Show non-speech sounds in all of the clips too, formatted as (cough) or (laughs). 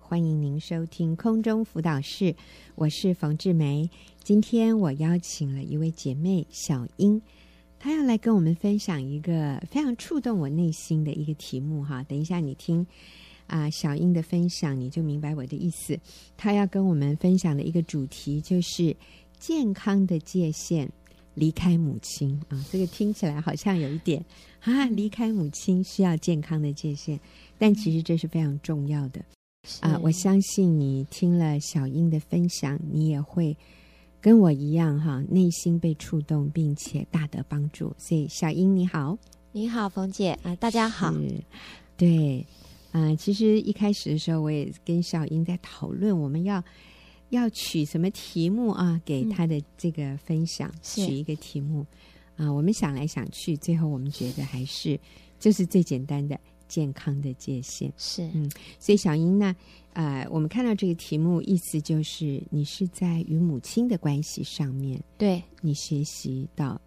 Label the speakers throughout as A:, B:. A: 欢迎您收听空中辅导室，我是冯志梅。今天我邀请了一位姐妹小英，她要来跟我们分享一个非常触动我内心的一个题目哈。等一下你听啊、小英的分享，你就明白我的意思。她要跟我们分享的一个主题就是健康的界限。离开母亲啊，这个听起来好像有一点啊，离开母亲需要健康的界限，但其实这是非常重要的。
B: 嗯
A: 啊，我相信你听了小英的分享，你也会跟我一样哈，内心被触动，并且大得帮助。所以，小英你好，
B: 你好，冯姐啊、大家好。
A: 是，对，啊、其实一开始的时候，我也跟小英在讨论我们要要取什么题目啊，给她的这个分享、
B: 嗯是
A: 取一个题目啊、我们想来想去，最后我们觉得还是就是最简单的健康的界限。
B: 是
A: 嗯所以小英呢，呃，我们看到这个题目，意思就是你是在与母亲的关系上面，
B: 对，
A: 你学习到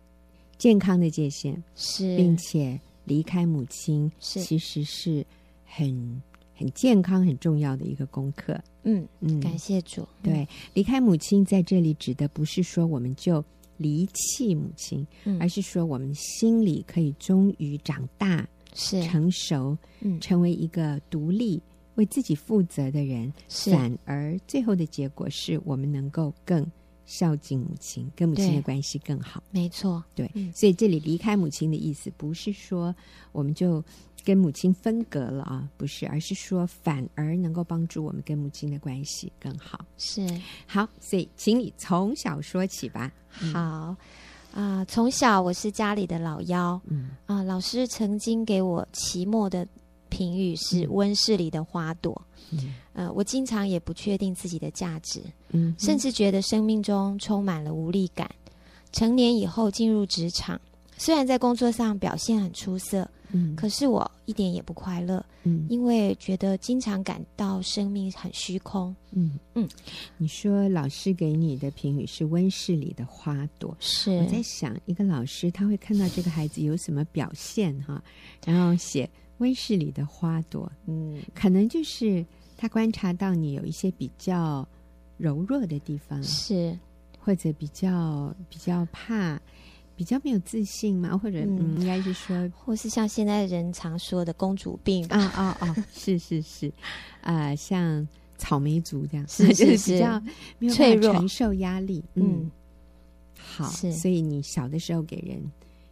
A: 健康的界限，并
B: 是
A: 且离开母亲，
B: 是
A: 其实是很很健康、很重要的一个功课。
B: 嗯，
A: 嗯，
B: 感谢主。
A: 对，离开母亲在这里指的不是说我们就离弃母亲，
B: 嗯，
A: 而
B: 嗯，
A: 是说我们心里可以终于长大、
B: 是
A: 成熟，
B: 嗯
A: 成为一个独立、为自己负责的人。
B: 是
A: 反而最后的结果是我们能够更孝敬母亲，跟母亲的
B: 对
A: 关系更好。
B: 没错，
A: 对，
B: 嗯
A: 所以这里离开母亲的意思，不是说我们就跟母亲分隔了啊，不是，而是说反而能够帮助我们跟母亲的关系更好。
B: 是
A: 好，所以请你从小说起吧。嗯
B: 好啊、从小我是家里的老幺
A: 嗯
B: 啊、老师曾经给我期末的评语是
A: 嗯
B: 温室里的花朵。
A: 嗯
B: 呃，我经常也不确定自己的价值，
A: 嗯，
B: 甚至觉得生命中充满了无力感。成年以后进入职场，虽然在工作上表现很出色，
A: 嗯
B: 可是我一点也不快乐，
A: 嗯
B: 因为觉得经常感到生命很虚空。
A: 嗯嗯
B: 嗯，
A: 你说老师给你的评语是温室里的花朵，我在
B: 是，
A: 想，一个老师他会看到这个孩子有什么表现哈，然后写温室里的花朵，
B: 嗯，
A: 可能就是他观察到你有一些比较柔弱的地方，
B: 是，
A: 或者比较比较怕，比较没有自信嘛，或者嗯
B: 嗯
A: 应该是
B: (laughs)
A: 说。
B: 或是像现在人常说的公主病，
A: 啊啊啊！是是是，啊、像草莓族这样，
B: 是
A: 就是
B: 是
A: 比较没有
B: 脆
A: 办法
B: 弱
A: 承受压力。
B: 嗯，，
A: 好，
B: 是
A: 所以你小的时候给人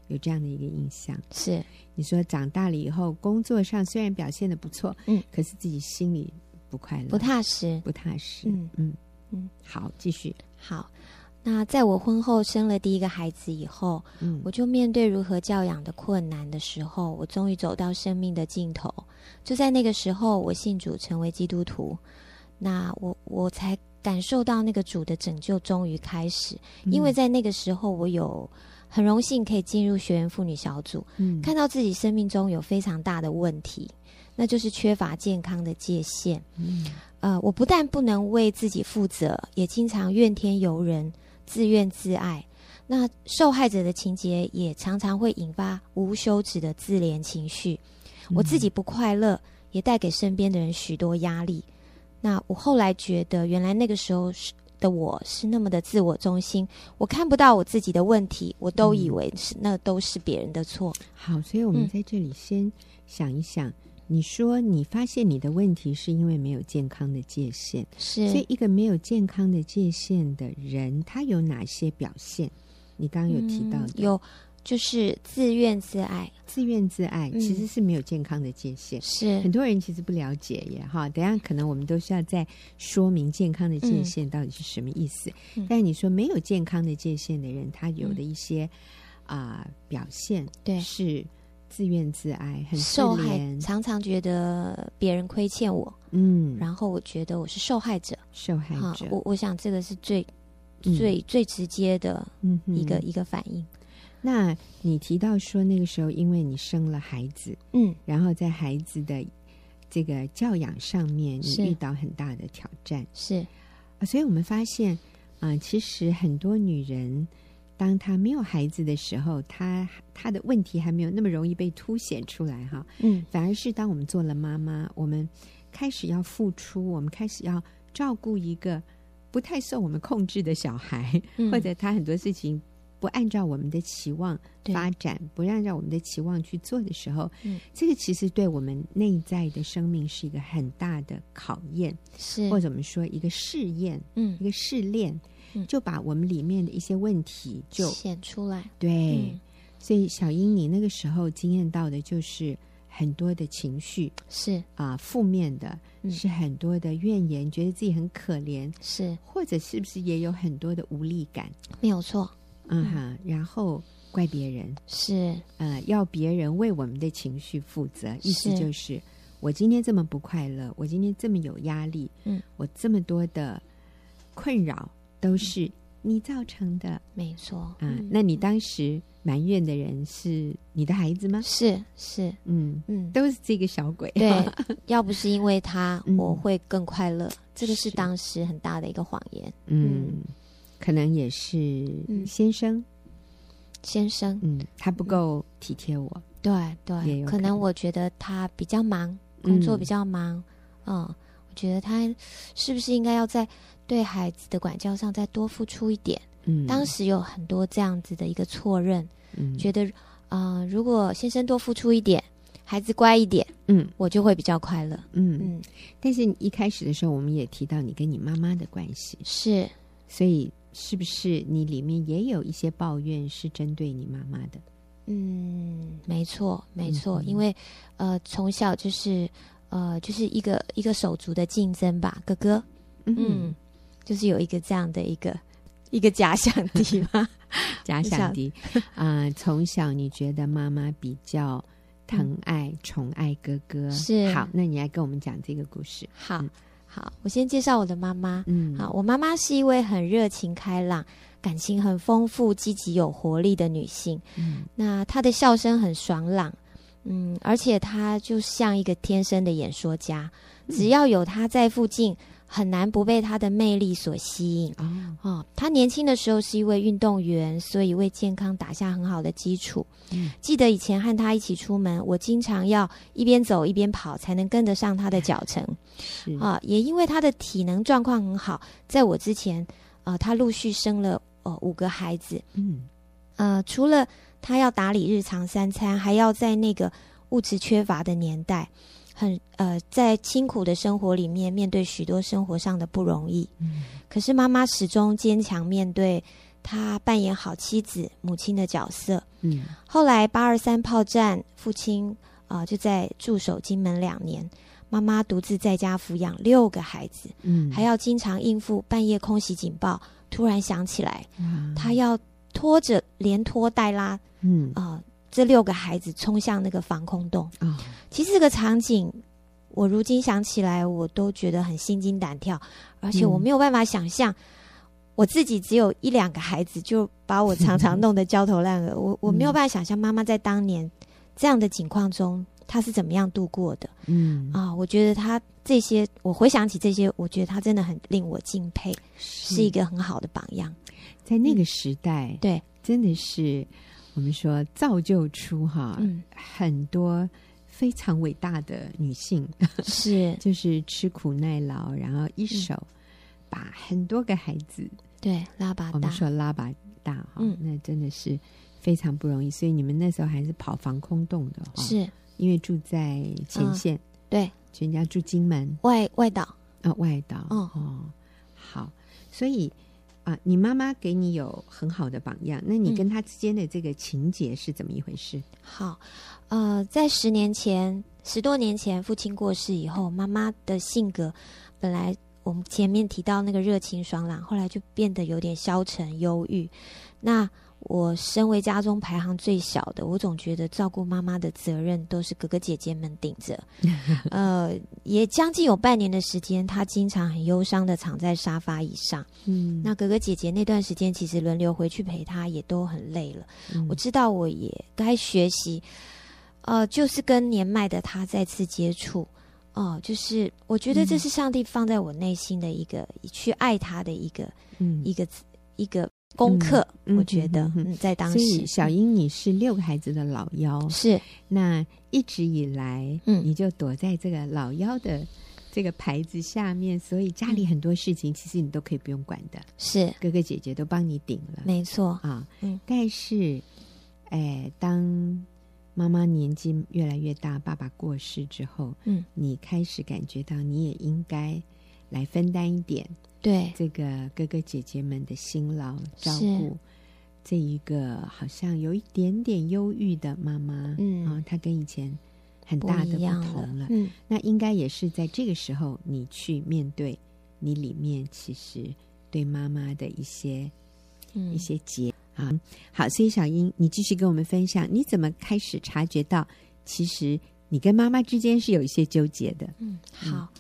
A: 有这样的一个印象。
B: 是
A: 你说长大了以后，工作上虽然表现的不错，
B: 嗯，
A: 可是自己心里不快乐，
B: 不踏实。
A: 不踏实，
B: 嗯
A: 嗯
B: 嗯
A: 好，继续，
B: 好，那在我婚后生了第一个孩子以后，
A: 嗯
B: 我就面对如何教养的困难的时候，我终于走到生命的尽头。就在那个时候，我信主成为基督徒，那我我才感受到那个主的拯救终于开始。因
A: 嗯
B: 为在那个时候，我有很荣幸可以进入学员妇女小组，
A: 嗯
B: 看到自己生命中有非常大的问题，那就是缺乏健康的界限。
A: 嗯
B: 呃，我不但不能为自己负责，也经常怨天尤人、自怨自艾。那受害者的情节也常常会引发无休止的自怜情绪。我自己不快乐，也带给身边的人许多压力。那我后来觉得，原来那个时候是的我是那么的自我中心，我看不到我自己的问题，我都以
A: 嗯
B: 为是、那都是别人的错。
A: 好，所以我们
B: 嗯
A: 在这里先想一想。你说你发现你的问题是因为没有健康的界限，
B: 是，
A: 所以一个没有健康的界限的人，他有哪些表现？你刚刚有提到
B: 嗯
A: 的，
B: 有就是自怨自艾，
A: 自怨自艾，
B: 嗯
A: 其实是没有健康的界限。
B: 是
A: 很多人其实不了解耶，哈，等一下可能我们都需要再说明健康的界限到底是什么意思。
B: 嗯
A: 但你说没有健康的界限的人，他有的一些啊、表现
B: 嗯对
A: 是自怨自艾，很自
B: 受害，
A: 怜，
B: 常常觉得别人亏欠我，
A: 嗯，
B: 然后我觉得我是受害者。
A: 受害
B: 哈、
A: 者，
B: 我我想这个是最、
A: 嗯
B: 最最直接的
A: 嗯哼
B: 一个、一个反应。
A: 那你提到说那个时候，因为你生了孩子，
B: 嗯，
A: 然后在孩子的这个教养上面，你
B: 是
A: 遇到很大的挑战。
B: 是
A: 啊，所以我们发现啊、其实很多女人，当她没有孩子的时候，她她的问题还没有那么容易被凸显出来哈，
B: 嗯
A: 反而是当我们做了妈妈，我们开始要付出，我们开始要照顾一个不太受我们控制的小孩，
B: 嗯
A: 或者他很多事情不按照我们的期望
B: 对
A: 发展，不按照我们的期望去做的时候，
B: 嗯
A: 这个其实对我们内在的生命是一个很大的考验，
B: 是
A: 或者我们说一个试验，
B: 嗯
A: 一个试炼，
B: 嗯
A: 就把我们里面的一些问题就哎
B: 显出来，
A: 对。
B: 嗯
A: 所以小英，你那个时候经验到的就是很多的情绪
B: 是
A: 啊、负面的，
B: 嗯
A: 是很多的怨言，觉得自己很可怜，
B: 是
A: 或者是不是也有很多的无力感？
B: 没有错，
A: 嗯哈，然后怪别人，
B: 是
A: 呃，要别人为我们的情绪负责，意思
B: 是
A: 就是我今天这么不快乐，我今天这么有压力，
B: 嗯，
A: 我这么多的困扰都是你造成的啊、
B: 没错，嗯
A: 那你当时埋怨的人是你的孩子吗？
B: 是是
A: 嗯，
B: 嗯，
A: 都是这个小鬼。(laughs)
B: (laughs) 对，要不是因为他
A: 嗯，
B: 我会更快乐。这个是
A: 是
B: 当时很大的一个谎言，
A: 嗯，可能也是
B: 嗯
A: 先生，
B: 先生。
A: 嗯，他不够体贴我，
B: 对
A: 也
B: 对，
A: 有
B: 可
A: 可能
B: 能我觉得他比较忙，嗯工作比较忙，嗯，我觉得他是不是应该要在对孩子的管教上再多付出一点？
A: 嗯，
B: 当时有很多这样子的一个错认，
A: 嗯
B: 觉得，呃，如果先生多付出一点，孩子乖一点，
A: 嗯
B: 我就会比较快乐。
A: 嗯，
B: 嗯，
A: 但是你一开始的时候，我们也提到你跟你妈妈的关系，
B: 是
A: 所以是不是你里面也有一些抱怨是针对你妈妈的？
B: 嗯，没错，没错，
A: 嗯
B: 因为呃，从小就是呃，就是一个一个手足的竞争吧，哥哥，嗯，就是有一个这样的一个一个假想敌嘛，
A: 假想敌啊、从小你觉得妈妈比较疼爱、宠爱哥哥，
B: 是
A: 好，那你来跟我们讲这个故事，
B: 好
A: 嗯
B: 好，我先介绍我的妈妈。
A: 嗯，
B: 好，我妈妈是一位很热情开朗、感情很丰富、积极有活力的女性。
A: 嗯，
B: 那她的笑声很爽朗，嗯，而且她就像一个天生的演说家，
A: 嗯
B: 只要有她在附近，很难不被她的魅力所吸引。
A: 哦，
B: 哦，她年轻的时候是一位运动员，所以为健康打下很好的基础。
A: 嗯
B: 记得以前和她一起出门，我经常要一边走一边跑，才能跟得上她的脚程。
A: 是
B: 啊，也因为她的体能状况很好，在我之前，呃，她陆续生了呃五个孩子，
A: 嗯
B: 呃，除了她要打理日常三餐，还要在那个物质缺乏的年代，很呃，在清苦的生活里面，面对许多生活上的不容易。
A: 嗯
B: 可是妈妈始终坚强面对，她扮演好妻子、母亲的角色。
A: 嗯
B: 后来八二三炮战，父亲啊、呃就在驻守金门两年，妈妈独自在家抚养六个孩子，
A: 嗯，
B: 还要经常应付半夜空袭警报。突然想起来，
A: 哇
B: 她要拖着连拖带拉啊、
A: 嗯
B: 呃这六个孩子冲向那个防空洞。
A: 啊
B: 其实这个场景，我如今想起来，我都觉得很心惊胆跳，而且我
A: 嗯
B: 没有办法想象，我自己只有一两个孩子，就把我常常弄得焦头烂额。我我没有
A: 嗯
B: 办法想象妈妈在当年这样的境况中，她是怎么样度过的
A: 嗯
B: 啊！我觉得她这些，我回想起这些，我觉得她真的很令我敬佩，是一个很好的榜样。
A: 在那个时代，
B: 对，
A: 真的是我们说造就出哈、
B: 嗯，
A: 很多非常伟大的女性，
B: 是
A: 就是吃苦耐劳，然后一手
B: 嗯
A: 把很多个孩子，
B: 对拉巴
A: 我们
B: 达，
A: 说拉拔大哈、
B: 嗯
A: 那真的是非常不容易。所以你们那时候还是跑防空洞的哈，
B: 是嗯
A: 因为住在前线，
B: 对
A: 全家住金门
B: 外外岛，
A: 啊、外岛
B: 哦
A: 哦，好，所以。啊，你妈妈给你有很好的榜样，那你
B: 嗯
A: 跟她之间的这个情节是怎么一回事？
B: 好，呃，在十年前、十多年前，父亲过世以后，妈妈的性格本来我们前面提到那个热情爽朗，后来就变得有点消沉、忧郁。那我身为家中排行最小的，我总觉得照顾妈妈的责任都是哥哥姐姐们顶 (laughs) 着。呃，也将近有半年的时间，她经常很忧伤的躺在沙发椅上。
A: 嗯
B: 那哥哥姐姐那段时间，其实轮流回去陪她，也都很累了。
A: 嗯
B: 我知道我也该学习，呃，就是跟年迈的他再次接触，哦、就是我觉
A: 嗯
B: 得这是上帝放在我内心的一个、去爱他的一个
A: 嗯
B: 一个一个功课，
A: 嗯
B: 我觉得
A: 嗯嗯嗯
B: 嗯，在当
A: 所以
B: 时嗯
A: 小英你是六个孩子的老幺，
B: 是
A: 那一直以来，
B: 嗯
A: 你就躲在这个老幺的这个牌子下面，所以家里很多事情其实你都可以不用管的，
B: 是
A: 哥哥姐姐都帮你顶了
B: 嗯没错，
A: 啊。
B: 嗯
A: 但是，哎，当妈妈年纪越来越大，爸爸过世之后，
B: 嗯，
A: 你开始感觉到你也应该来分担一点
B: 对，
A: 这个哥哥姐姐们的辛劳照顾。这一个好像有一点点忧郁的妈妈，
B: 嗯
A: 啊，她跟以前很
B: 不
A: 哦大的
B: 一样
A: 不同了。
B: 嗯，
A: 那应该也是在这个时候，你去面对你里面其实对妈妈的一些
B: 嗯
A: 一些结啊。好，所以小英，你继续跟我们分享，你怎么开始察觉到，其实你跟妈妈之间是有一些纠结的。
B: 嗯，好，啊、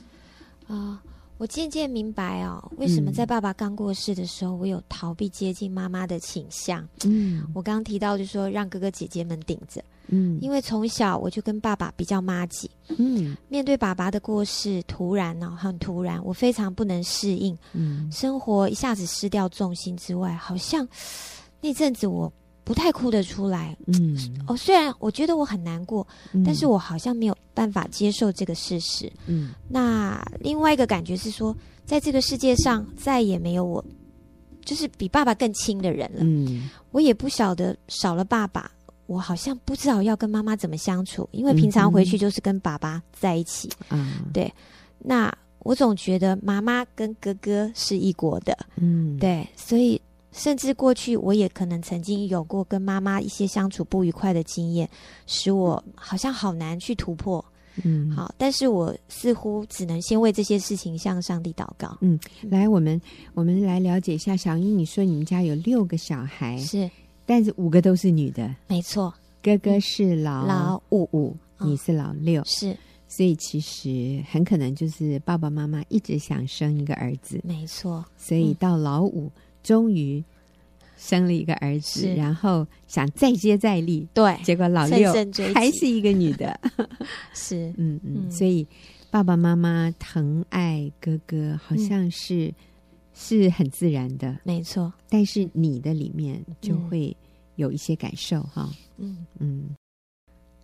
B: 我渐渐明白哦，为什么
A: 嗯
B: 在爸爸刚过世的时候，我有逃避接近妈妈的倾向。
A: 嗯
B: 我刚刚提到，就说让哥哥姐姐们顶着，
A: 嗯
B: 因为从小我就跟爸爸比较妈吉。
A: 嗯
B: 面对爸爸的过世，突然哦，很突然，我非常不能适应，
A: 嗯
B: 生活一下子失掉重心之外，好像那阵子我不太哭得出来。
A: 嗯，
B: 哦，虽然我觉得我很难过，
A: 嗯
B: 但是我好像没有办法接受这个事实。
A: 嗯
B: 那另外一个感觉是说，在这个世界上再也没有我，就是比爸爸更亲的人了。
A: 嗯
B: 我也不晓得少了爸爸，我好像不知道要跟妈妈怎么相处，因为平
A: 嗯
B: 常
A: 哼
B: 回去就是跟爸爸在一起。
A: 啊
B: 对那我总觉得妈妈跟哥哥是一国的，
A: 嗯
B: 对，所以甚至过去我也可能曾经有过跟妈妈一些相处不愉快的经验，使我好像好难去突破。
A: 嗯。
B: 好，但是我似乎只能先为这些事情向上帝祷告。
A: 来，我们我们来了解一下，小英，你说你们家有六个小孩，
B: 是，
A: 但是五个都是女的，
B: 没错，
A: 哥哥是老
B: 嗯老五
A: 五，
B: 嗯
A: 你是老六，
B: 是
A: 所以其实很可能就是爸爸妈妈一直想生一个儿子，
B: 没错，
A: 所以
B: 嗯
A: 到老五终于生了一个儿子，
B: 是
A: 然后想再接再厉，
B: 对，
A: 结果老
B: 乘
A: 六
B: 胜追击
A: 还是一个女
B: (laughs)
A: 的，
B: 是
A: 嗯嗯，
B: 嗯
A: 所以爸爸妈妈疼爱哥哥好像是、
B: 嗯
A: 是很自然的，
B: 没错，
A: 但是你的里面就
B: 嗯
A: 会有一些感受哈，
B: 嗯。
A: 嗯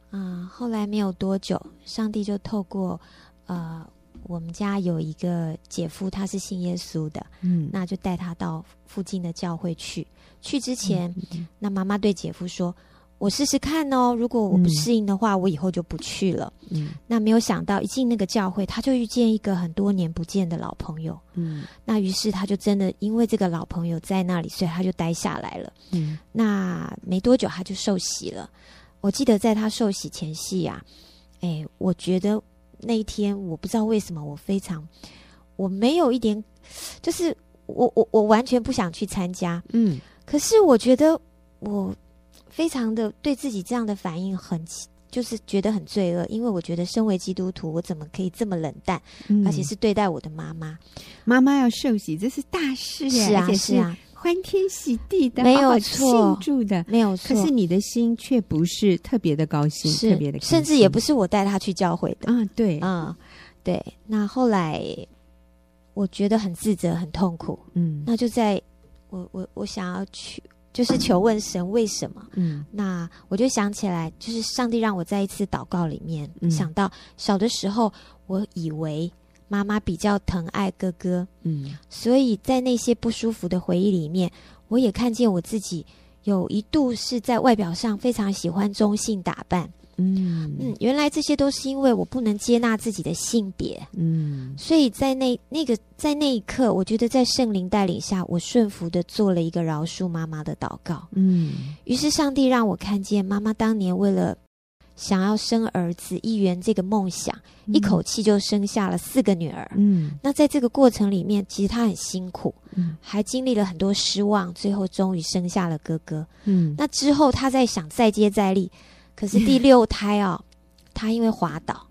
B: 啊、后来没有多久，上帝就透过呃，我们家有一个姐夫，他是信耶稣的，
A: 嗯，
B: 那就带他到附近的教会去。去之
A: 嗯
B: 前，那妈妈对姐夫说：“我试试看哦，如果我不
A: 嗯
B: 适应的话，我以后就不去了。
A: 嗯”
B: 那没有想到，一进那个教会，他就遇见一个很多年不见的老朋友。
A: 嗯
B: 那于是他就真的因为这个老朋友在那里，所以他就待下来了。
A: 嗯
B: 那没多久他就受洗了。我记得在他受洗前夕啊，哎，我觉得那一天我不知道为什么我非常，我没有一点，就是我我我完全不想去参加。
A: 嗯
B: 可是我觉得我非常的对自己这样的反应很奇，就是觉得很罪恶，因为我觉得身为基督徒，我怎么可以这么冷淡，
A: 嗯，
B: 而且是对待我的妈妈？
A: 妈妈要受洗，这是大事耶，
B: 是
A: 而
B: 啊，
A: 且
B: 是啊，
A: 欢天喜地的，
B: 没有
A: 好好
B: 错
A: 庆祝的。
B: 没有
A: 可
B: 错。
A: 是你的心却不是特别的高兴，特别的，
B: 甚至也不
A: 是
B: 是我带他去教会的。
A: 啊，对，
B: 嗯，对。那后来我觉得很自责，很痛苦。
A: 嗯
B: 那就在我我我想要去，就是求问神为什么。
A: 嗯
B: 那我就想起来，就是上帝让我在一次祷告里面、
A: 嗯
B: 想到，小的时候我以为妈妈比较疼爱哥哥，
A: 嗯
B: 所以在那些不舒服的回忆里面，我也看见我自己有一度是在外表上非常喜欢中性打扮。
A: 嗯
B: 嗯，原来这些都是因为我不能接纳自己的性别。
A: 嗯
B: 所以在那那个在那一刻，我觉得在圣灵带领下，我顺服的做了一个饶恕妈妈的祷告。
A: 嗯
B: 于是上帝让我看见妈妈当年为了想要生儿子一元这个梦想，一口气就生下了四个女儿。
A: 嗯
B: 那在这个过程里面，其实她很辛苦，
A: 嗯
B: 还经历了很多失望，最后终于生下了哥哥。
A: 嗯
B: 那之后，她在想再接再厉，可是第六胎啊、她因为滑倒，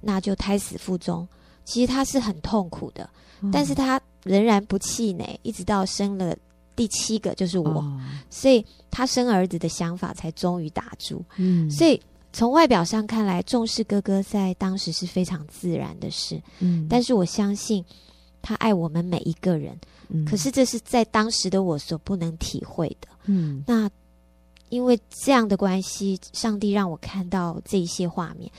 B: 那就胎死腹中。其实她是很痛苦的，
A: 嗯，
B: 但是她仍然不气馁，一直到生了第七个就是我，
A: 哦
B: 所以她生儿子的想法才终于打住。
A: 嗯，
B: 所以从外表上看来，重视哥哥在当时是非常自然的事，
A: 嗯，
B: 但是我相信。他爱我们每一个人，
A: 嗯
B: 可是这是在当时的我所不能体会的。
A: 嗯
B: 那因为这样的关系，上帝让我看到这一些画面，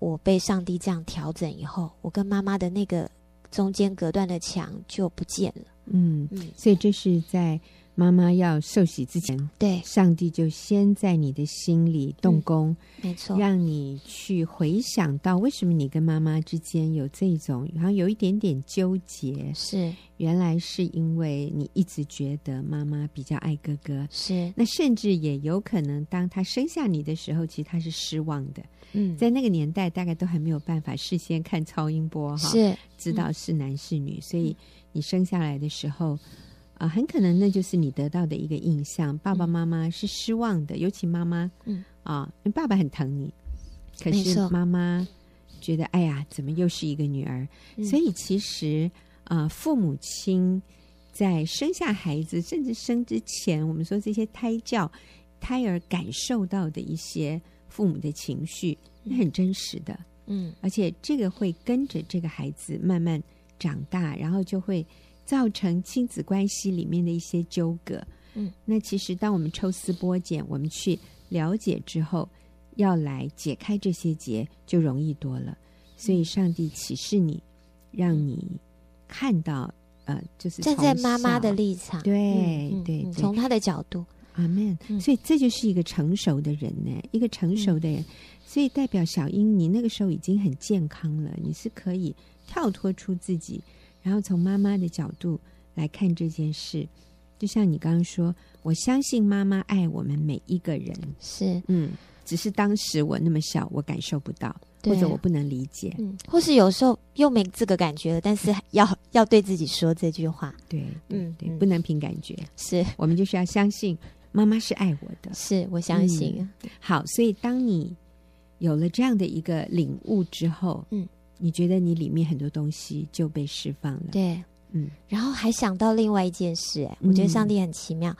B: 我被上帝这样调整以后，我跟妈妈的那个中间隔断的墙就不见了。
A: 嗯，
B: 嗯，
A: 所以这是在妈妈要受洗之前，
B: 对，
A: 上帝就先在你的心里动工，
B: 没错，
A: 让你去回想到为什么你跟妈妈之间有这种好像有一点点纠结，
B: 是
A: 原来是因为你一直觉得妈妈比较爱哥哥。
B: 是，
A: 那甚至也有可能，当他生下你的时候，其实他是失望的。
B: 嗯，
A: 在那个年代，大概都还没有办法事先看超音波哈，
B: 是
A: 知
B: 嗯
A: 道是男是女，所以你生下来的时候，啊、很可能那就是你得到的一个印象。爸爸妈妈是失望的，尤其妈妈，
B: 嗯
A: 啊、因为爸爸很疼你，可
B: 没
A: 是
B: 错
A: 妈妈觉得，哎呀，怎么又是一个女儿？
B: 嗯
A: 所以其实，啊，父母亲在生下孩子，甚至生之前，我们说这些胎教，胎儿感受到的一些父母的情绪，那很真实的。
B: 嗯
A: 而且这个会跟着这个孩子慢慢长大，然后就会造成亲子关系里面的一些纠葛。
B: 嗯，
A: 那其实当我们抽丝剥茧，我们去了解之后，要来解开这些结就容易多了。所
B: 嗯
A: 以，上帝启示你，让你看到，呃，就是
B: 站
A: 从
B: 在妈妈的
A: 小
B: 立场，
A: 对
B: 嗯嗯
A: 对对
B: 嗯从她的角度，
A: 阿门。
B: 嗯
A: 所以这就是一个成熟的人呢，一个成熟的人，
B: 嗯
A: 所以代表小英，你那个时候已经很健康了，你是可以跳脱出自己，然后从妈妈的角度来看这件事。就像你刚刚说，我相信妈妈爱我们每一个人，
B: 是
A: 嗯，只是当时我那么小，我感受不到，
B: 对
A: 或者
B: 啊
A: 我不能理解，
B: 嗯，或是有时候又没这个感觉了，但是要要对自己说这句话，
A: 对，嗯
B: 嗯，
A: 对，
B: 嗯
A: 不能凭感觉，
B: 是
A: 我们就是要相信妈妈是爱我的，嗯
B: 是，我相信，
A: 好，所以当你有了这样的一个领悟之后，
B: 嗯，
A: 你觉得你里面很多东西就被释放了，
B: 对，
A: 嗯
B: 然后还想到另外一件事、哎，我觉得上帝很奇妙，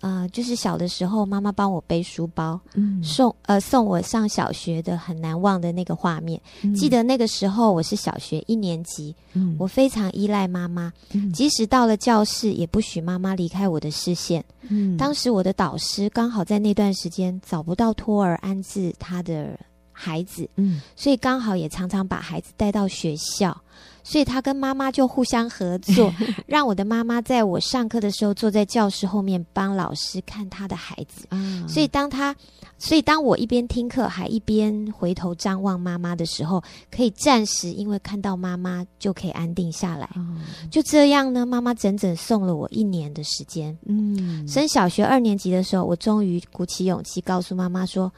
B: 呃，就是小的时候妈妈帮我背书包，
A: 嗯
B: 送呃送我上小学的很难忘的那个画面，记得那个时候我是小学一年级，
A: 嗯
B: 我非常依赖妈妈，
A: 嗯
B: 即使到了教室也不许妈妈离开我的视线。
A: 嗯
B: 当时我的导师刚好在那段时间找不到托儿安置他的孩子，
A: 嗯
B: 所以刚好也常常把孩子带到学校，所以他跟妈妈就互相合作，让我的妈妈在我上课的时候坐在教室后面帮老师看他的孩子。
A: 啊，
B: 所以当他，所以当我一边听课还一边回头张望妈妈的时候，可以暂时因为看到妈妈就可以安定下来。
A: 哦
B: 就这样呢，妈妈整整送了我一年的时间。
A: 嗯
B: 升小学二年级的时候，我终于鼓起勇气告诉妈妈说：“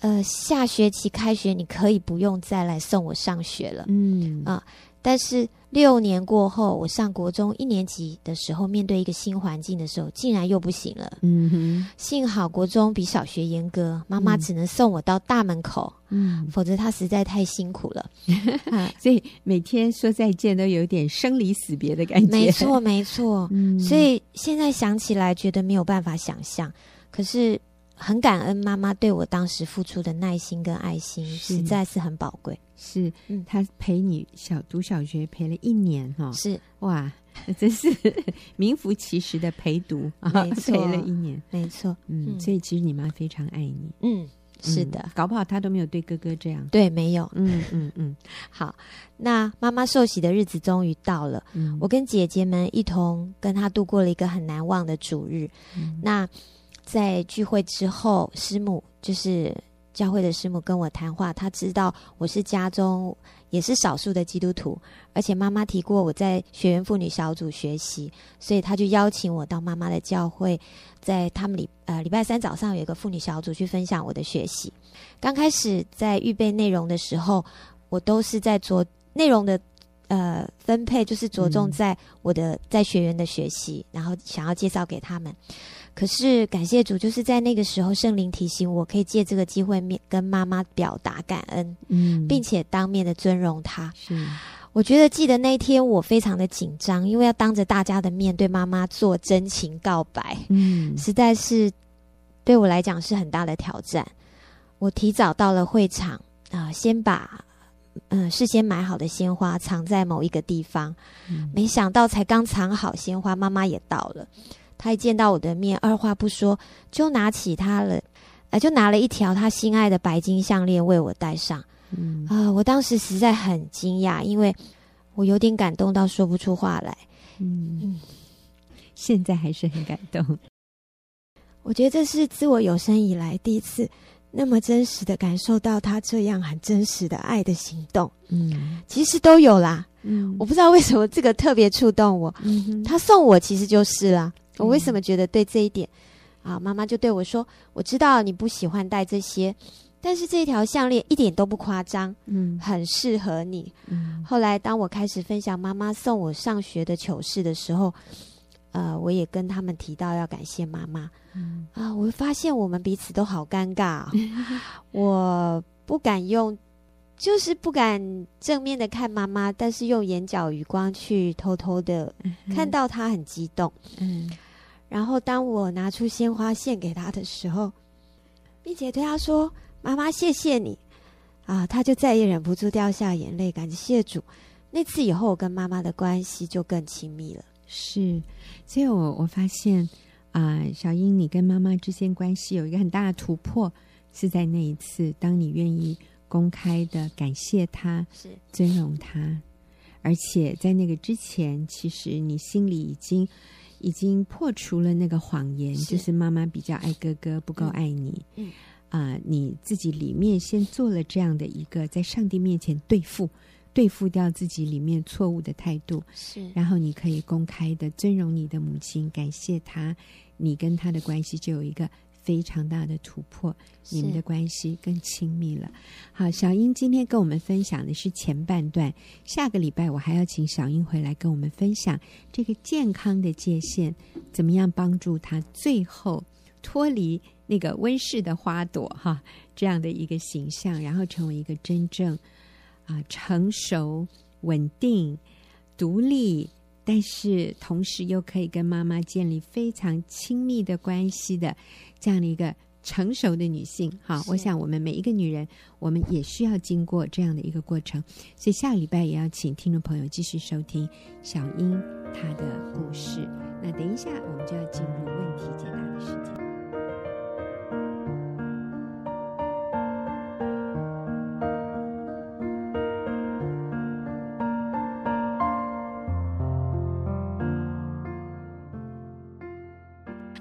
B: 呃，下学期开学你可以不用再来送我上学了。
A: 嗯
B: 啊但是六年过后，我上国中一年级的时候，面对一个新环境的时候，竟然又不行了。
A: 嗯哼
B: 幸好国中比小学严格，妈妈
A: 嗯
B: 只能送我到大门口，
A: 嗯，
B: 否则她实在太辛苦了。啊
A: 所以每天说再见都有点生离死别的感觉，
B: 没，错，没错。
A: (laughs) 嗯，
B: 所以现在想起来，觉得没有办法想象，可是很感恩妈妈对我当时付出的耐心跟爱心，
A: 是
B: 实在是很宝贵。
A: 是
B: 嗯
A: 他陪你小读小学陪了一年哈，
B: 是，
A: 哇，那真是 (laughs) 名副其实的陪读啊，
B: 没
A: 陪
B: 错
A: 了一年，
B: 没错，
A: 嗯，
B: 嗯
A: 所以其实你妈非常爱你。
B: 嗯，是
A: 嗯
B: 的，
A: 搞不好他都没有对哥哥这样。
B: 对，没有
A: 嗯嗯嗯
B: 好。那妈妈受洗的日子终于到了，
A: 嗯，
B: (laughs) 我跟姐姐们一同跟她度过了一个很难忘的主日。
A: 嗯
B: 那在聚会之后，师母就是教会的师母跟我谈话，她知道我是家中也是少数的基督徒，而且妈妈提过我在学员妇女小组学习，所以她就邀请我到妈妈的教会，在他们礼呃礼拜三早上有一个妇女小组去分享我的学习。刚开始在预备内容的时候，我都是在着内容的。呃，分配就是着重
A: 嗯
B: 在我的、在学员的学习，然后想要介绍给他们。可是感谢主，就是在那个时候，圣灵提醒我可以借这个机会面跟妈妈表达感恩，
A: 嗯
B: 并且当面的尊荣她。
A: 是
B: 我觉得记得那一天我非常的紧张，因为要当着大家的面对妈妈做真情告白，
A: 嗯
B: 实在是对我来讲是很大的挑战。我提早到了会场啊、呃先把嗯、呃事先买好的鲜花藏在某一个地方。
A: 嗯
B: 没想到才刚藏好鲜花，妈妈也到了。她一见到我的面，二话不说就拿起她了，呃，就拿了一条她心爱的白金项链为我戴上。
A: 嗯
B: 啊、我当时实在很惊讶，因为我有点感动到说不出话来。
A: 嗯，现在还是很感动。
B: 我觉得这是自我有生以来第一次那么真实的感受到他这样很真实的爱的行动。
A: 嗯
B: 其实都有啦，
A: 嗯
B: 我不知道为什么这个特别触动我。
A: 嗯哼
B: 他送我其实就是啦，我为什
A: 嗯
B: 么觉得对这一点啊，妈妈就对我说：“我知道你不喜欢戴这些，但是这条项链一点都不夸张，
A: 嗯
B: 很适合你。”
A: 嗯
B: 后来，当我开始分享妈妈送我上学的糗事的时候，呃，我也跟他们提到要感谢妈妈
A: 嗯
B: 啊。我发现我们彼此都好尴尬哦、我不敢用，就是不敢正面的看妈妈，但是用眼角余光去偷偷的看到她很激动。
A: 嗯
B: 然后，当我拿出鲜花献给她的时候，并且对她说：“妈妈，谢谢你。”啊，她就再也忍不住掉下眼泪，感谢主。那次以后，我跟妈妈的关系就更亲密了。
A: 是，所以我我发现啊、小英，你跟妈妈之间关系有一个很大的突破，是在那一次，当你愿意公开的感谢她、
B: 是
A: 尊荣她，而且在那个之前，其实你心里已经已经破除了那个谎言，
B: 是
A: 就是妈妈比较爱哥哥，不够爱你。
B: 嗯
A: 啊、你自己里面先做了这样的一个在上帝面前对付、对付掉自己里面错误的态度，
B: 是，
A: 然后你可以公开的尊荣你的母亲，感谢她，你跟她的关系就有一个非常大的突破，你们的关系更亲密了。好，小英今天跟我们分享的是前半段，下个礼拜我还要请小英回来跟我们分享这个健康的界限，怎么样帮助她最后脱离那个温室的花朵哈这样的一个形象，然后成为一个真正啊、成熟、稳定、独立，但是同时又可以跟妈妈建立非常亲密的关系的这样的一个成熟的女性。哈，
B: 是
A: 我想我们每一个女人，我们也需要经过这样的一个过程。所以下个礼拜也要请听众朋友继续收听小英她的故事。那等一下我们就要进入问题解答的时间。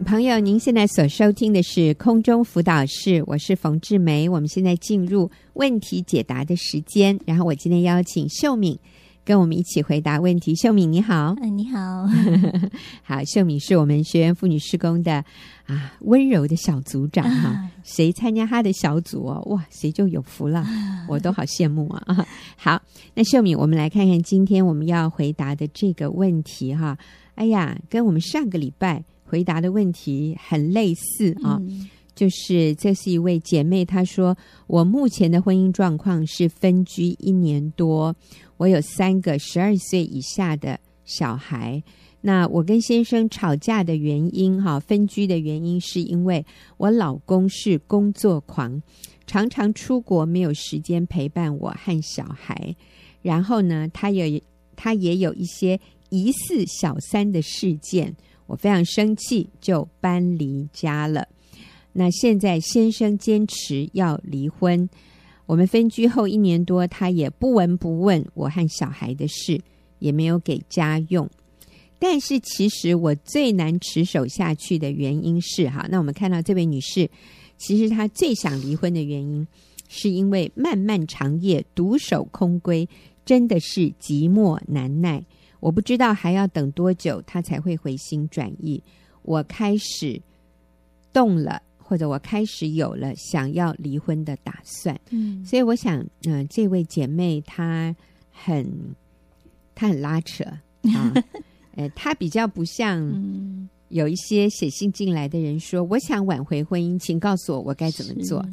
A: 朋友，您现在所收听的是空中辅导室，我是冯志梅。我们现在进入问题解答的时间，然后我今天邀请秀敏跟我们一起回答问题。秀敏，你好，
C: 嗯，你好，
A: 好，秀敏是我们学员妇女施工的啊温柔的小组长哈、谁参加她的小组哦，哇，谁就有福了，我都好羡慕啊！ (laughs) 啊好，那秀敏，我们来看看今天我们要回答的这个问题哈、哎呀，跟我们上个礼拜回答的问题很类似啊。
C: 嗯
A: 就是这是一位姐妹，她说我目前的婚姻状况是分居一年多，我有三个十二岁以下的小孩。那我跟先生吵架的原因，哈，分居的原因是因为我老公是工作狂，常常出国没有时间陪伴我和小孩。然后呢，他也他也有一些疑似小三的事件，我非常生气，就搬离家了。那现在先生坚持要离婚，我们分居后一年多，他也不闻不问我和小孩的事，也没有给家用。但是其实我最难持守下去的原因是，哈，那我们看到这位女士，其实她最想离婚的原因，是因为漫漫长夜独守空闺，真的是寂寞难耐。我不知道还要等多久，她才会回心转意。我开始动了，或者我开始有了想要离婚的打算。
C: 嗯
A: 所以我想，嗯、这位姐妹她很她很拉扯啊，呃，她比较不像
C: 嗯，
A: 有一些写信进来的人说，我想挽回婚姻，请告诉我我该怎么嗯做。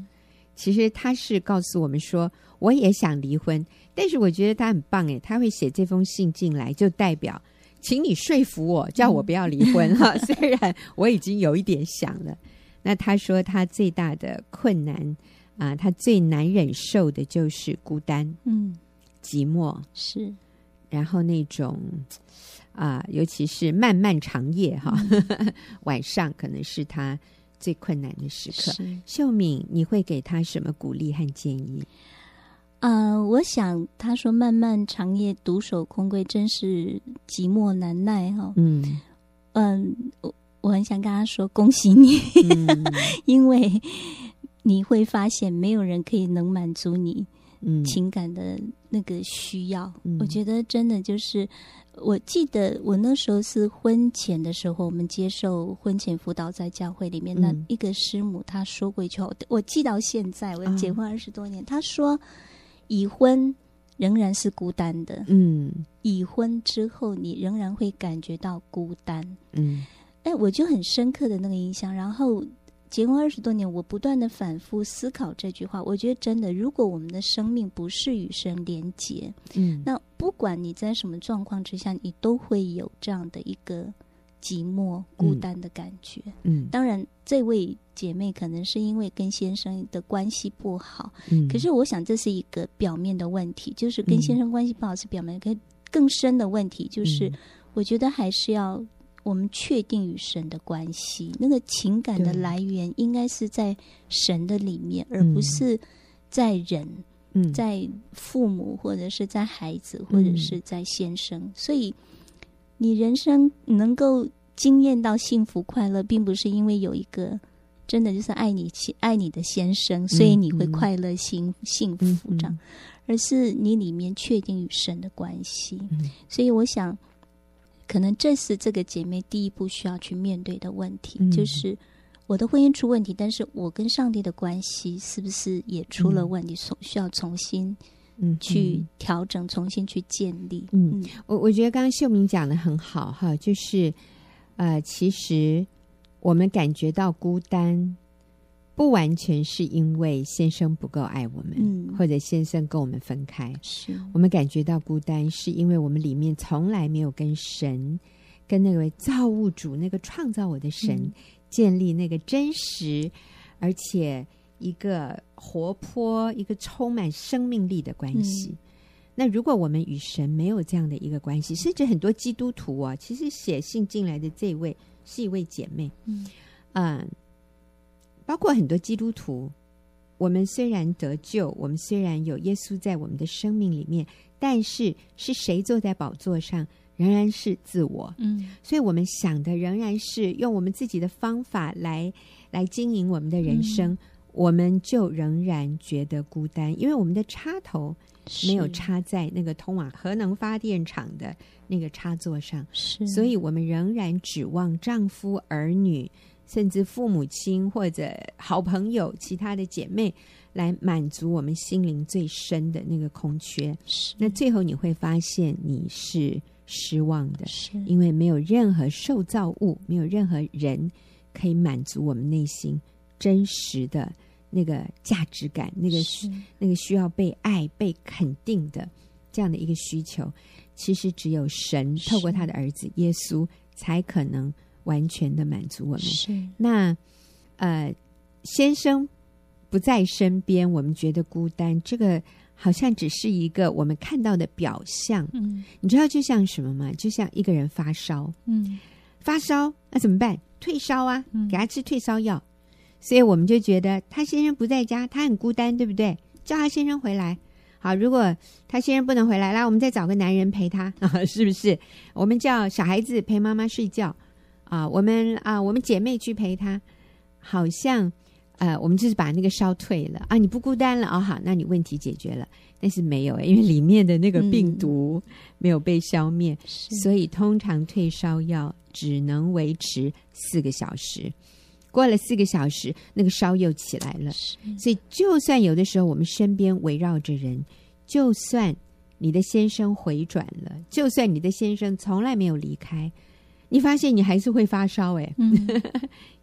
A: 其实她是告诉我们说，我也想离婚，但是我觉得她很棒诶，她会写这封信进来，就代表。请你说服我，叫我不要离婚 (laughs) 哈、虽然我已经有一点想了，那她说她最大的困难啊，她最难忍受的就是孤单、
C: 嗯，
A: 寂寞，
C: 是，
A: 然后那种啊、尤其是漫漫长夜哈， (laughs) 晚上可能是她最困难的时刻。
C: 是，
A: 秀敏，你会给她什么鼓励和建议？
C: 呃，我想他说“漫漫长夜独守空闺”，真是寂寞难耐哈、
A: 嗯
C: 嗯、我我很想跟他说恭喜你， (laughs)
A: 嗯
C: 因为你会发现没有人可以能满足你
A: 嗯，
C: 情感的那个需要。
A: 嗯
C: 我觉得真的就是，我记得我那时候是婚前的时候，我们接受婚前辅导在教会里面，那
A: 嗯
C: 一个师母她说过一句话，我我记到现在，我
A: 啊
C: 结婚二十多年，她说已婚。仍然是孤单的。
A: 嗯
C: 已婚之后，你仍然会感觉到孤单。
A: 嗯
C: 哎，我就很深刻的那个印象。然后结婚二十多年，我不断的反复思考这句话。我觉得真的，如果我们的生命不是与神连结，
A: 嗯，
C: 那不管你在什么状况之下，你都会有这样的一个寂寞、孤单的感觉。
A: 嗯
C: 当然，这位姐妹可能是因为跟先生的关系不好，
A: 嗯，
C: 可是我想这是一个表面的问题，就是跟先生关系不好是表面，可更深的问题
A: 嗯
C: 就是，我觉得还是要我们确定与神的关系，那个情感的
A: 对
C: 来源应该是在神的里面，而
A: 嗯
C: 不是在人、
A: 嗯
C: 在父母或者是在孩子或者是在先生，所以你人生能够经验到幸福快乐，并不是因为有一个真的就是爱你亲爱你的先生，所以你会快乐幸、幸
A: 嗯
C: 福这样，而是你里面确定与神的关系。
A: 嗯
C: 所以我想，可能这是这个姐妹第一步需要去面对的问题，
A: 嗯
C: 就是我的婚姻出问题，但是我跟上帝的关系是不是也出了问题，所需要重新
A: 嗯
C: 去调整，重新去建立。
A: 嗯，我我觉得刚刚秀明讲的很好哈，就是呃，其实我们感觉到孤单，不完全是因为先生不够爱我们，
C: 嗯
A: 或者先生跟我们分开，
C: 是，
A: 我们感觉到孤单，是因为我们里面从来没有跟神、跟那位造物主、那个创造我的神、
C: 嗯
A: 建立那个真实，而且一个活泼、一个充满生命力的关系。
C: 嗯
A: 那如果我们与神没有这样的一个关系，甚至很多基督徒啊，其实写信进来的这位是一位姐妹，
C: 嗯
A: 嗯，包括很多基督徒，我们虽然得救，我们虽然有耶稣在我们的生命里面，但是是谁坐在宝座上，仍然是自我。
C: 嗯
A: 所以我们想的仍然是用我们自己的方法来来经营我们的人生，我们就仍然觉得孤单，因为我们的插头没有
C: 是
A: 插在那个通往核能发电厂的那个插座上。
C: 是，
A: 所以我们仍然指望丈夫、儿女，甚至父母亲或者好朋友、其他的姐妹，来满足我们心灵最深的那个空缺。
C: 是
A: 那最后你会发现你是失望的，
C: 是
A: 因为没有任何受造物，没有任何人可以满足我们内心真实的那个价值感，那个
C: 是
A: 那个需要被爱、被肯定的这样的一个需求，其实只有神
C: 是
A: 透过他的儿子耶稣，才可能完全的满足我们。
C: 是
A: 那呃，先生不在身边，我们觉得孤单，这个好像只是一个我们看到的表象。
C: 嗯
A: 你知道，就像什么吗？就像一个人发烧，
C: 嗯
A: 发烧那怎么办？退烧啊，
C: 嗯
A: 给他吃退烧药。所以我们就觉得他先生不在家，他很孤单，对不对？叫他先生回来。好，如果他先生不能回来啦，我们再找个男人陪他， (laughs) 啊，是不是？我们叫小孩子陪妈妈睡觉啊，我们啊，我们姐妹去陪他，好像呃，我们就是把那个烧退了啊，你不孤单了哦，好，那你问题解决了。但是没有、因为里面的那个病
C: 嗯
A: 毒没有被消灭，
C: 是
A: 所以通常退烧药只能维持四个小时。过了四个小时，那个烧又起来了。
C: 是
A: 所以，就算有的时候我们身边围绕着人，就算你的先生回转了，就算你的先生从来没有离开，你发现你还是会发烧、诶，
C: (laughs) 嗯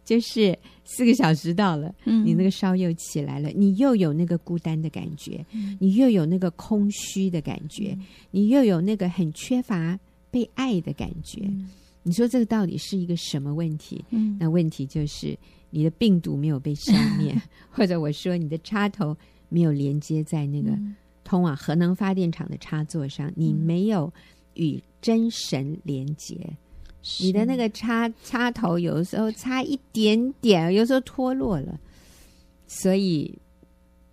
A: 就是四个小时到了，
C: 嗯
A: 你那个烧又起来了，你又有那个孤单的感觉，
C: 嗯
A: 你又有那个空虚的感觉，你又有那个很缺乏被爱的感觉。
C: 嗯
A: 你说这个到底是一个什么问题？
C: 嗯
A: 那问题就是你的病毒没有被消
C: (laughs)
A: 灭，或者我说你的插头没有连接在那个
C: 嗯
A: 通往核能发电厂的插座上，你
C: 嗯
A: 没有与真神连接，
C: 是
A: 你的那个
C: 嗯
A: 插插头有的时候差一点点，有时候脱落了，所以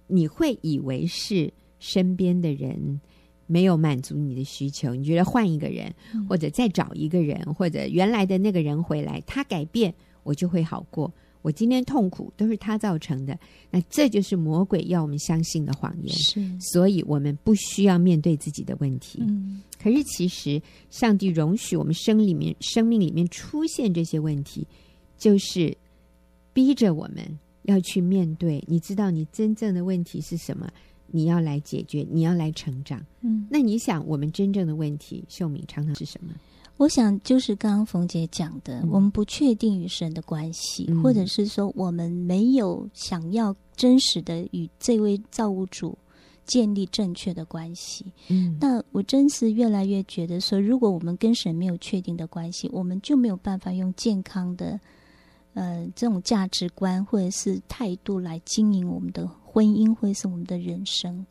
A: 你会以为是身边的人没有满足你的需求，你觉得换一个人，
C: 嗯
A: 或者再找一个人，或者原来的那个人回来，他改变，我就会好过。我今天痛苦都是他造成的，那这就是魔鬼要我们相信的谎言。
C: 是，
A: 所以我们不需要面对自己的问题。
C: 嗯
A: 可是其实，上帝容许我们生里面、生命里面出现这些问题，就是逼着我们要去面对。你知道你真正的问题是什么？你要来解决，你要来成长。
C: 嗯，
A: 那你想，我们真正的问题，秀敏常常是什么？
C: 我想就是刚刚冯姐讲的，
A: 嗯
C: 我们不确定与神的关系，
A: 嗯
C: 或者是说我们没有想要真实的与这位造物主建立正确的关系。
A: 嗯
C: 那我真是越来越觉得说，如果我们跟神没有确定的关系，我们就没有办法用健康的，呃，这种价值观或者是态度来经营我们的婚姻或者是我们的人生。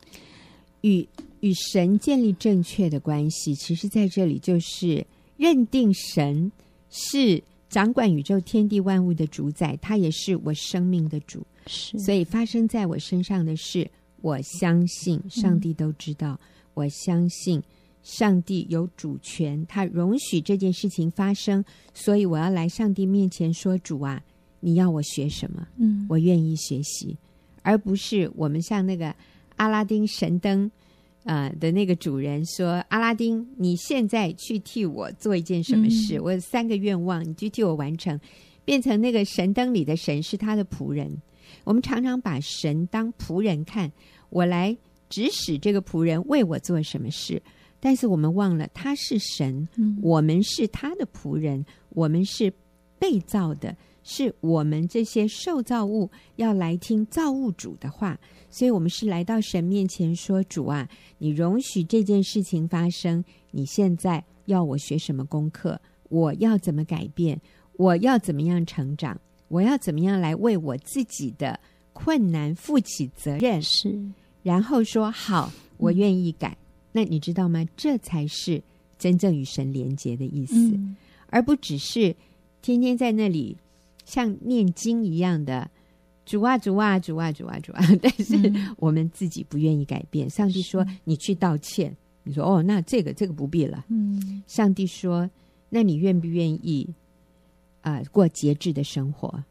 A: 与与神建立正确的关系，其实在这里就是认定神是掌管宇宙天地万物的主宰，他也是我生命的主。
C: 是
A: 所以发生在我身上的事，我相信上帝都知道，我相信上帝有主权，他容许这件事情发生，所以我要来上帝面前说：“主啊，你要我学什么？
C: 嗯，
A: 我愿意学习，而不是我们像那个阿拉丁神灯。”呃的那个主人说：“阿拉丁，你现在去替我做一件什么事？
C: 嗯
A: 我有三个愿望，你去替我完成。”变成那个神灯里的神是他的仆人。我们常常把神当仆人看，我来指使这个仆人为我做什么事，但是我们忘了他是神，
C: 嗯
A: 我们是他的仆人，我们是被造的，是我们这些受造物要来听造物主的话，所以我们是来到神面前说：“主啊，你容许这件事情发生，你现在要我学什么功课？我要怎么改变？我要怎么样成长？我要怎么样来为我自己的困难负起责任？”
C: 是
A: 然后说好，我愿意改。那你知道吗？这才是真正与神连结的意思，
C: (laughs) 嗯
A: 而不只是天天在那里像念经一样的主啊主啊主啊主啊 (laughs) 主啊，但是
C: 嗯
A: 我们自己不愿意改变。上帝说
C: 是
A: 你去道歉，你说哦，那这个这个不必了。
C: 嗯
A: 上帝说：“那你愿不愿意啊、呃过节制的生活？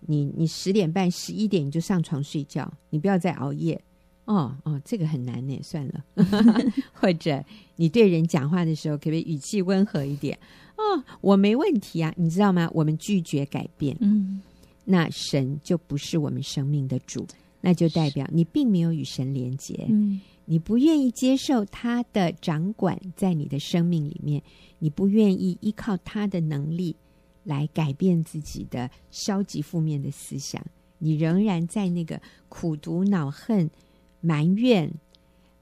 A: 你你十点半、十一点你就上床睡觉，你不要再熬夜。哦哦，这个很难呢，算了。 (laughs) 或者你对人讲话的时候，可不可以语气温和一点？哦，我没问题啊，你知道吗？我们拒绝改变，
C: 嗯
A: 那神就不是我们生命的主，那就代表你并没有与神连结。
C: 嗯
A: 你不愿意接受他的掌管在你的生命里面，你不愿意依靠他的能力来改变自己的消极负面的思想，你仍然在那个苦读、恼恨、埋怨，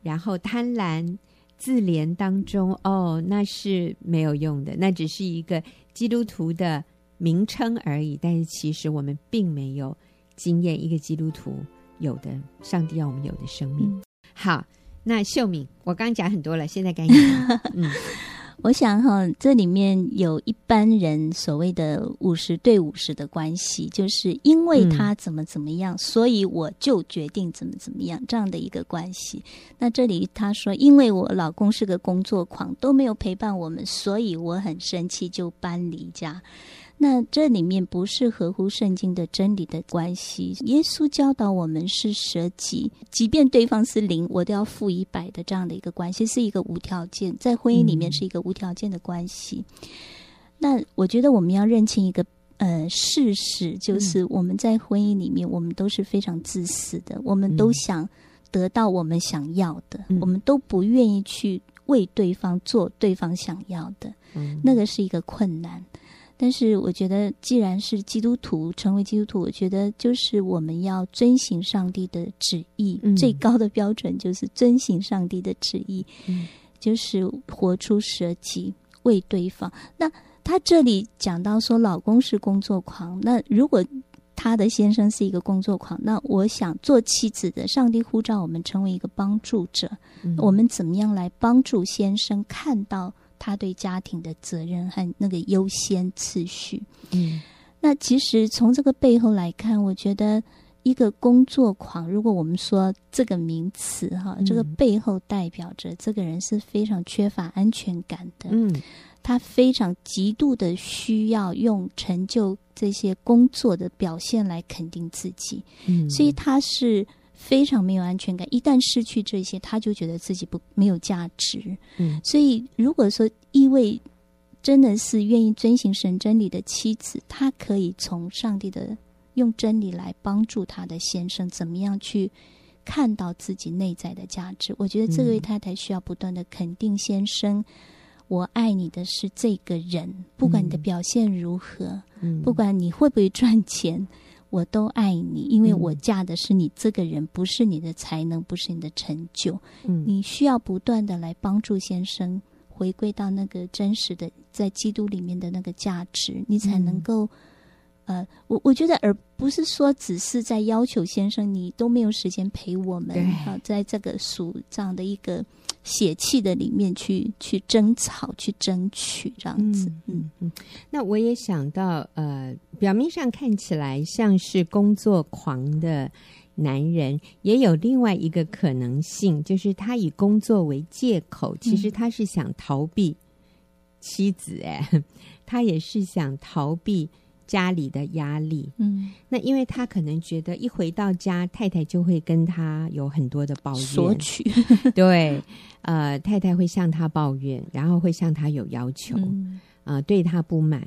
A: 然后贪婪、自怜当中。哦，那是没有用的，那只是一个基督徒的名称而已。但是其实我们并没有经验一个基督徒有的上帝要我们有的生命。
C: 嗯
A: 好，那秀敏，我刚讲很多了，现在该你
C: (laughs)
A: 了。嗯
C: 我想哈，这里面有一般人所谓的五十对五十的关系，就是因为他怎么怎么样，所以我就决定怎么怎么样这样的一个关系。那这里他说，因为我老公是个工作狂，都没有陪伴我们，所以我很生气，就搬离家。那这里面不是合乎圣经的真理的关系。耶稣教导我们是舍己，即便对方是零，我都要负一百的这样的一个关系，是一个无条件，在婚姻里面
A: 嗯
C: 是一个无条件的关系。那我觉得我们要认清一个呃事实，
A: 嗯
C: 就是我们在婚姻里面，我们都是非常自私的，我们都
A: 嗯
C: 想得到我们想要的，
A: 嗯
C: 我们都不愿意去为对方做对方想要的。
A: 嗯
C: 那个是一个困难。但是我觉得，既然是基督徒，成为基督徒，我觉得就是我们要遵行上帝的旨意。
A: 嗯
C: 最高的标准就是遵行上帝的旨意，
A: 嗯
C: 就是活出舍己，为对方。那他这里讲到说，老公是工作狂，那如果他的先生是一个工作狂，那我想做妻子的，上帝呼召我们成为一个帮助者。
A: 嗯
C: 我们怎么样来帮助先生看到他对家庭的责任和那个优先次序？
A: 嗯
C: 那其实从这个背后来看，我觉得一个工作狂，如果我们说这个名词哈，
A: 嗯
C: 这个背后代表着这个人是非常缺乏安全感的，
A: 嗯
C: 他非常极度的需要用成就这些工作的表现来肯定自己，
A: 嗯，
C: 所以他是非常没有安全感。一旦失去这些，他就觉得自己不没有价值。
A: 嗯
C: 所以如果说一位真的是愿意遵行神真理的妻子，她可以从上帝的用真理来帮助她的先生，怎么样去看到自己内在的价值？我觉得这位
A: 嗯
C: 太太需要不断的肯定先生。我爱你的是这个人，不管你的
A: 嗯
C: 表现如何，
A: 嗯
C: 不管你会不会赚钱，我都爱你，因为
A: 嗯
C: 我嫁的是你这个人，不是你的才能，不是你的成就。
A: 嗯
C: 你需要不断的来帮助先生回归到那个真实的在基督里面的那个价值，你才能
A: 嗯
C: 够。呃，我我觉得，而不是说只是在要求先生，你都没有时间陪我们
A: 对
C: 啊、在这个俗这样的一个血气的里面去去争吵、去争取这样子，嗯
A: 嗯嗯，那我也想到，呃，表面上看起来像是工作狂的男人，也有另外一个可能性，就是他以工作为借口，其
C: 嗯
A: 实他是想逃避妻子，哎，他也是想逃避家里的压力。
C: 嗯，
A: 那因为他可能觉得一回到家，太太就会跟他有很多的抱
C: 索
A: 怨，
C: 取，
A: 对，呃，太太会向他抱怨，然后会向他有要求。
C: 嗯
A: 啊、对他不满，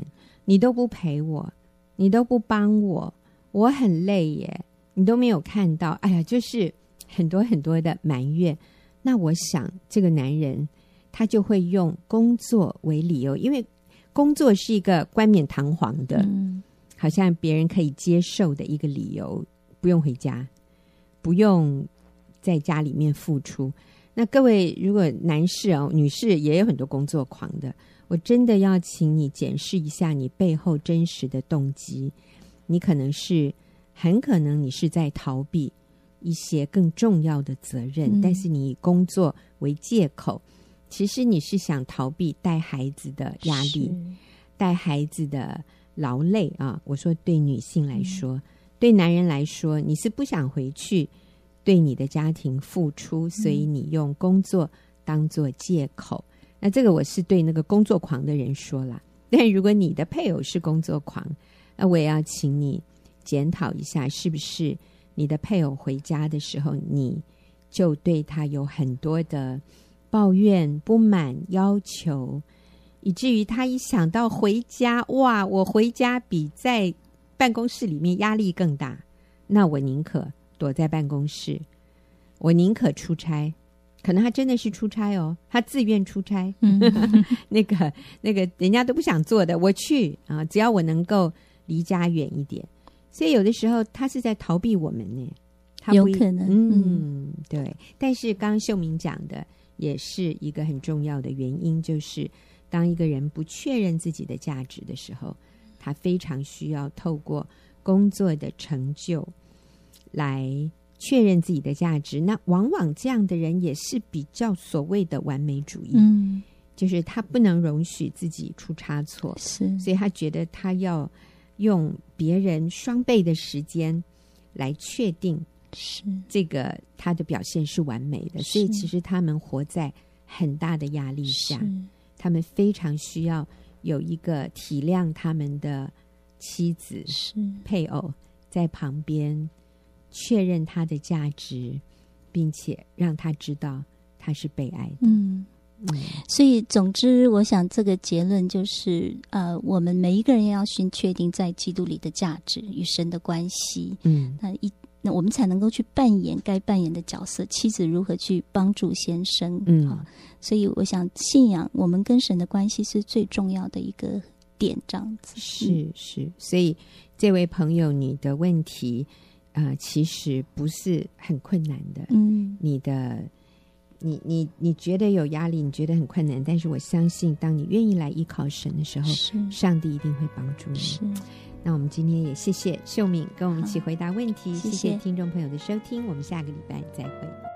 A: 你都不陪我，你都不帮我，我很累耶，你都没有看到，哎呀，就是很多很多的埋怨。那我想，这个男人他就会用工作为理由，因为工作是一个冠冕堂皇的，
C: 嗯
A: 好像别人可以接受的一个理由，不用回家，不用在家里面付出。那各位，如果男士哦，女士也有很多工作狂的，我真的要请你检视一下你背后真实的动机。你可能是，很可能你是在逃避一些更重要的责任，
C: 嗯
A: 但是你以工作为借口，其实你是想逃避带孩子的压力。带孩子的劳累啊，我说对女性来说，对男人来说，你是不想回去对你的家庭付出，所以你用工作当做借口。那这个我是对那个工作狂的人说啦。 (laughs) 但如果你的配偶是工作狂，那我也要请你检讨一下，是不是你的配偶回家的时候，你就对他有很多的抱怨、不满、要求，以至于他一想到回家，哇，我回家比在办公室里面压力更大，那我宁可躲在办公室，我宁可出差。可能他真的是出差哦，他自愿出差，哦
C: 嗯
A: (laughs) 那个那个人家都不想做的，我去啊，只要我能够离家远一点。所以有的时候他是在逃避我们呢，他不一
C: 有可能
A: 嗯，对。但是刚刚秀明讲的也是一个很重要的原因，就是当一个人不确认自己的价值的时候，他非常需要透过工作的成就来确认自己的价值。那往往这样的人也是比较所谓的完美主义，
C: 嗯，
A: 就是他不能容许自己出差错，
C: 是，
A: 所以他觉得他要用别人双倍的时间来确定
C: 是，
A: 这个他的表现是完美的，所以
C: 是
A: 其实他们活在很大的压力
C: 是
A: 下，，他们非常需要有一个体谅他们的妻子、
C: 是。
A: 配偶在旁边确认他的价值，并且让他知道他是被爱的。
C: 嗯，
A: 嗯
C: 所以总之，我想这个结论就是，呃，我们每一个人要先确定在基督里的价值与神的关系，
A: 嗯
C: 那一那我们才能够去扮演该扮演的角色，妻子如何去帮助先生，
A: 嗯
C: 啊所以我想信仰我们跟神的关系是最重要的一个点，这样子
A: 是是，所以这位朋友，你的问题，呃，其实不是很困难的。
C: 嗯，
A: 你的，你你你觉得有压力，你觉得很困难，但是我相信，当你愿意来依靠神的时候，
C: 是
A: 上帝一定会帮助你。
C: 是，
A: 那我们今天也谢谢秀敏跟我们一起回答问题，
C: 谢
A: 谢
C: 谢
A: 听众朋友的收听，我们下个礼拜再会。